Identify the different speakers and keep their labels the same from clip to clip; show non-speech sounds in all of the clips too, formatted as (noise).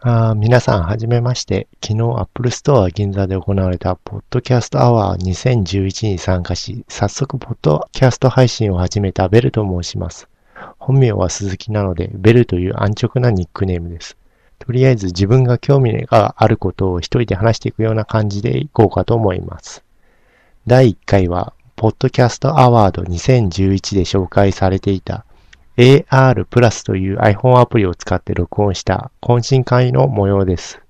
Speaker 1: あー皆さん、はじめまして。昨日、Apple Store 銀座で行われた、ポッドキャストアワー2011に参加し、早速、ポッドキャスト配信を始めたベルと申します。本名は鈴木なので、ベルという安直なニックネームです。とりあえず、自分が興味があることを一人で話していくような感じでいこうかと思います。第1回は、ポッドキャストアワード2011で紹介されていた、AR プラスという iPhone アプリを使って録音した懇親会の模様です。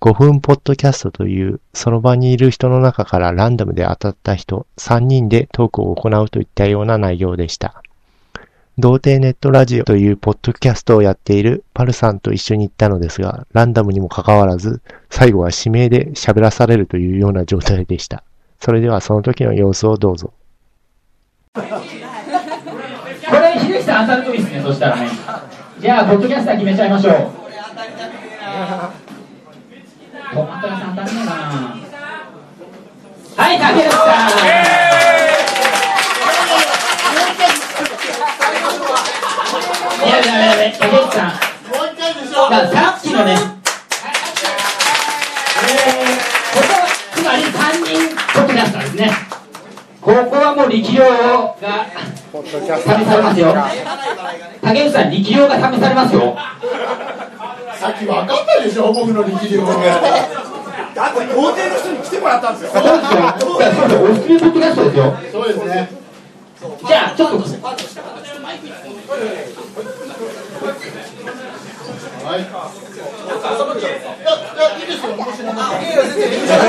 Speaker 1: 5分ポッドキャストというその場にいる人の中からランダムで当たった人3人でトークを行うといったような内容でした。童貞ネットラジオというポッドキャストをやっているパルさんと一緒に行ったのですが、ランダムにもかかわらず、最後は指名で喋らされるというような状態でした。それではその時の様子をどうぞ。
Speaker 2: これ、ひできさん当たるといいですね、そしたらね。じゃあ、ポッドキャスター決めちゃいましょう。トマト屋さん当たんねえかな。はい、竹内さん。やべやべやべ、竹内さん。だからさっきのね。えー、ここは、つまり3人ポッドキャスターですね。ここはもう力量が試されますよ。竹内さん、力量が試されますよ。
Speaker 3: さっき分かったでしょ僕の力量が
Speaker 4: だって童貞の人に来てもらったんですよ。
Speaker 2: そうですよ。じゃあ、そうですおすすめポッドキャストですよ。
Speaker 3: そうですね
Speaker 2: じゃあ、ちょっと、
Speaker 3: はいいやいやいいですよ面白い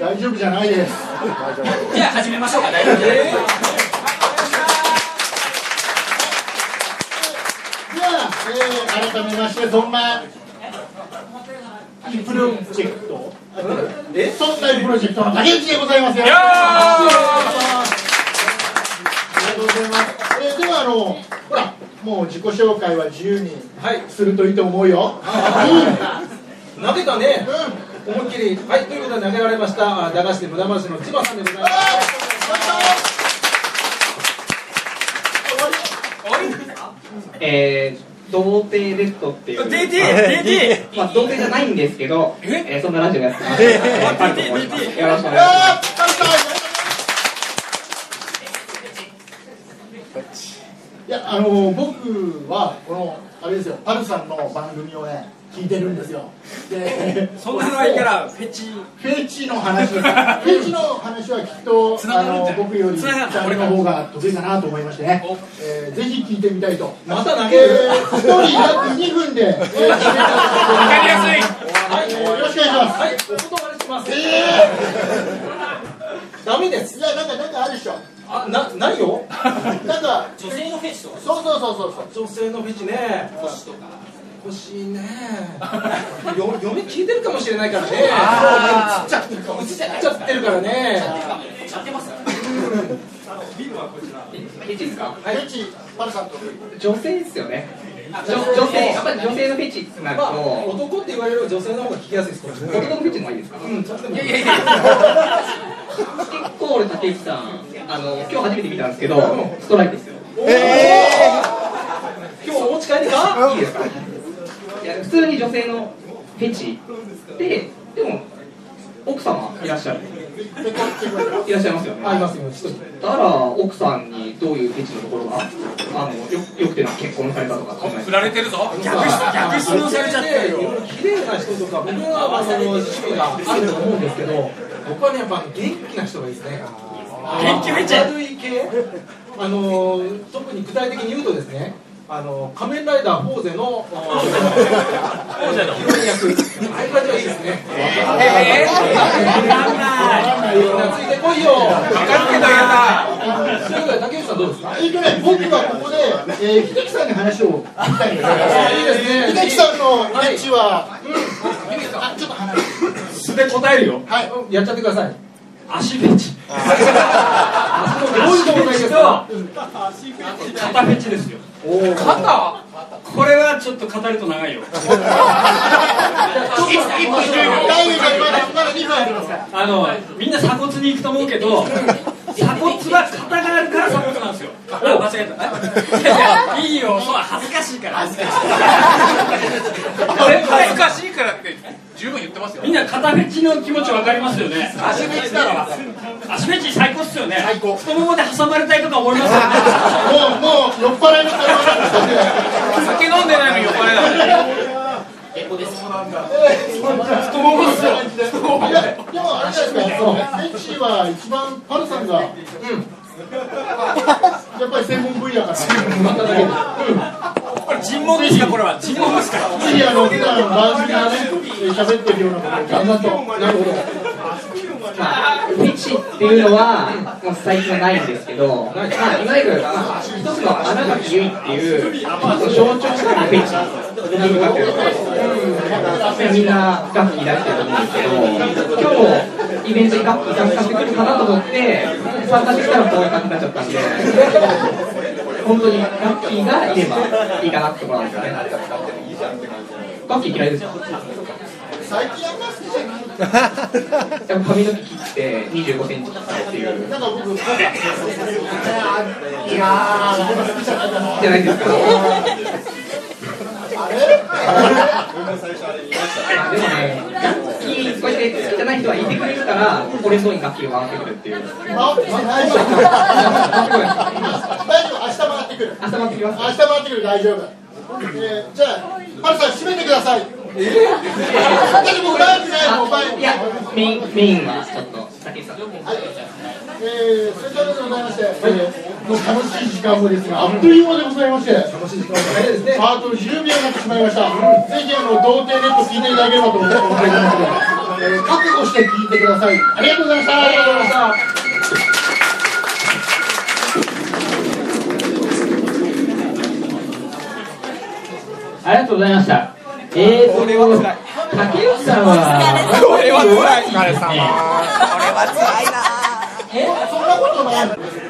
Speaker 3: 大丈夫じゃないです
Speaker 4: じゃあ始めましょうか。大丈夫です。
Speaker 3: では、えー、改めましてそんなインプロジェクトえそんなインプロジェクトの竹内でございますよよろしくお願いしますありがとうございます、えー、ではあのほらもう自己紹介は自由に
Speaker 4: はい。
Speaker 3: するといいと思う
Speaker 4: (laughs)
Speaker 3: よ、
Speaker 4: 投げたね。
Speaker 3: うんうん
Speaker 4: 思いっきり。はい。ということで投げられました。あ駄菓子で無駄話の千葉さんでございます。
Speaker 2: えー、童貞レッドっていう。
Speaker 4: DT
Speaker 2: まあ、童貞じゃないんですけど、えー、そんなラジオやってます。パルと申しますよろしくお願いします。
Speaker 3: いやあの僕はこのあれですよパルさんの番組をね聞いてるんですよで
Speaker 5: そんなのはいいから、フェチ。
Speaker 3: フェチの話ですフェチの話はきっと
Speaker 5: つ
Speaker 3: あ
Speaker 5: ながるん
Speaker 3: の
Speaker 5: じゃない
Speaker 3: 僕より
Speaker 5: つ
Speaker 3: ジ
Speaker 5: ながる
Speaker 3: ャンルの方が得意かなと思いましてね
Speaker 5: お、
Speaker 3: えー、ぜひ聞いてみたいと
Speaker 4: また投げる
Speaker 3: えー一人約2分で、えー、わか
Speaker 5: やすい。
Speaker 3: いよろしくお願いします
Speaker 4: はい。お断りします。ダメです。
Speaker 3: いやなんかなんかあるでしょ
Speaker 4: あ、な、ないよ。
Speaker 3: なんか女性のフェチとかそうそうそうそうそう
Speaker 4: 女性のフェチね。腰とか。腰ね。よ、嫁聞いてるかもしれないからね。映っちゃってるかも。映っちゃってるからね。
Speaker 2: フェチですか
Speaker 3: フェチパルさんと
Speaker 2: 女性ですよね。女女性、やっぱり女性のフェチってなる
Speaker 4: まあ、
Speaker 2: と、
Speaker 4: 男って言われる女性の方が聞きやすいです。これ
Speaker 2: 男のフェチの方がいいですか
Speaker 4: うん、とっても。いやいやい
Speaker 2: 結構俺、竹内さん、あの、今日初めて見たんですけど、ストライクですよ。
Speaker 4: 今日お持ち帰りか。
Speaker 2: いいですかいや普通に女性のフェチででも奥様いらっしゃるいらっしゃいますよね
Speaker 4: あ、いますよ、一人。
Speaker 2: だから奥さんにどういうフェチのところがあのよよくてなんか結婚されたとか考え
Speaker 5: 振
Speaker 2: て
Speaker 5: られてるぞ。
Speaker 4: 逆質問されちゃってるよ。綺麗な人とか、僕はあの趣味があると思うんですけど、僕はね、やっぱ元気な人がいいですね。
Speaker 5: 元気めっちゃ
Speaker 4: 明るい系。あのー、特に具体的に言うとですね。あのー仮面ライダーフォーゼの。フォーゼの。ヒロイン役。ああいう感じがいいですね。
Speaker 5: え
Speaker 4: わかんないよ。ついてこいよ。
Speaker 5: わかるけどやだ。
Speaker 4: ということで竹内さんどうですか。
Speaker 3: えっとね、僕はここで、えー、秀樹さんに話を聞きたいんですよ
Speaker 4: あいいですね
Speaker 3: 秀樹さんのフェチは、あちょっと話
Speaker 5: 素で答えるよ。
Speaker 3: はい
Speaker 4: やっちゃってください。
Speaker 5: 足フェチ。
Speaker 4: あそこどういうとこがいいですか。
Speaker 5: 肩フェチですよ。肩。これはちょっと語ると長いよ。
Speaker 3: 大丈夫ですまだまだ2分ありますから
Speaker 5: あの、みんな鎖骨に行くと思うけど。鎖骨は肩があるから鎖
Speaker 6: 間違えた。いいよ、そう恥ずかしいから。恥ずかしい。これ恥ずかしいからって十分言ってますよ。
Speaker 5: みんな肩フェチの気持ちわかりますよね
Speaker 4: 足フェチだろ
Speaker 5: 足フェチ最高っすよね
Speaker 4: 最高
Speaker 5: 太ももで挟まれたいとか思いますよね
Speaker 3: もう、もう、酔っ払いの会話なんですよ
Speaker 6: 酒飲んでないのに呼ばれない。
Speaker 4: 太ももですよ
Speaker 3: いや、でもあれじゃないですか、そのフェチは一番パルさんが、やっぱり専門分野から、ぜ
Speaker 6: これ尋問ですか、これは。尋問ですか。
Speaker 3: ひあの普段番組でね、喋ってるようなことをちゃんと、
Speaker 4: なるほど
Speaker 2: フェチっていうのは、まあ、最近はないんですけど、まあ、いわゆる一つの穴がゆいっていう、まあその象徴的なフェチな部分がみんな深く抱いてると思うんですけど、今日もイベントにガッキーさん使ってくるかなと思って、参加できたらこういう感じになっちゃったんで、本当にガッキーがいればいいかなって思うんですよね。ガッキー嫌いですか
Speaker 3: 最近あんま好きじゃない、
Speaker 2: でも髪の毛切って25センチ切ったっていう。
Speaker 3: なんか僕、い
Speaker 2: じ
Speaker 3: や
Speaker 2: ゃないですか。あれでもね、楽器、こうやって好きじゃない人はいてくれるから、俺そうに楽器を回ってくるっていう。
Speaker 3: ー、ま、ま、大丈夫、大丈夫、明日回ってくる。
Speaker 2: 朝回ってきます。
Speaker 3: 明日回ってくる大丈夫、えー、じゃあハルさん閉めてくださいえでもライブないもうバイ
Speaker 2: いや、メイン、メインはちょっと、竹内さん。
Speaker 3: えー、そういうことでございまして、えー、もう楽しい時間もですがあっという間でございまして
Speaker 4: 楽しい時間を早いですね
Speaker 3: あと10秒になってしまいました、ぜひあの童貞ネット聞いていただければと思っておりますので、えー、覚悟して聞いてくださいありがとうございましたありがとうございました
Speaker 5: ありがとうございましたえーと竹内さんは
Speaker 6: これは辛い。
Speaker 7: これは辛いな。
Speaker 3: そんなことない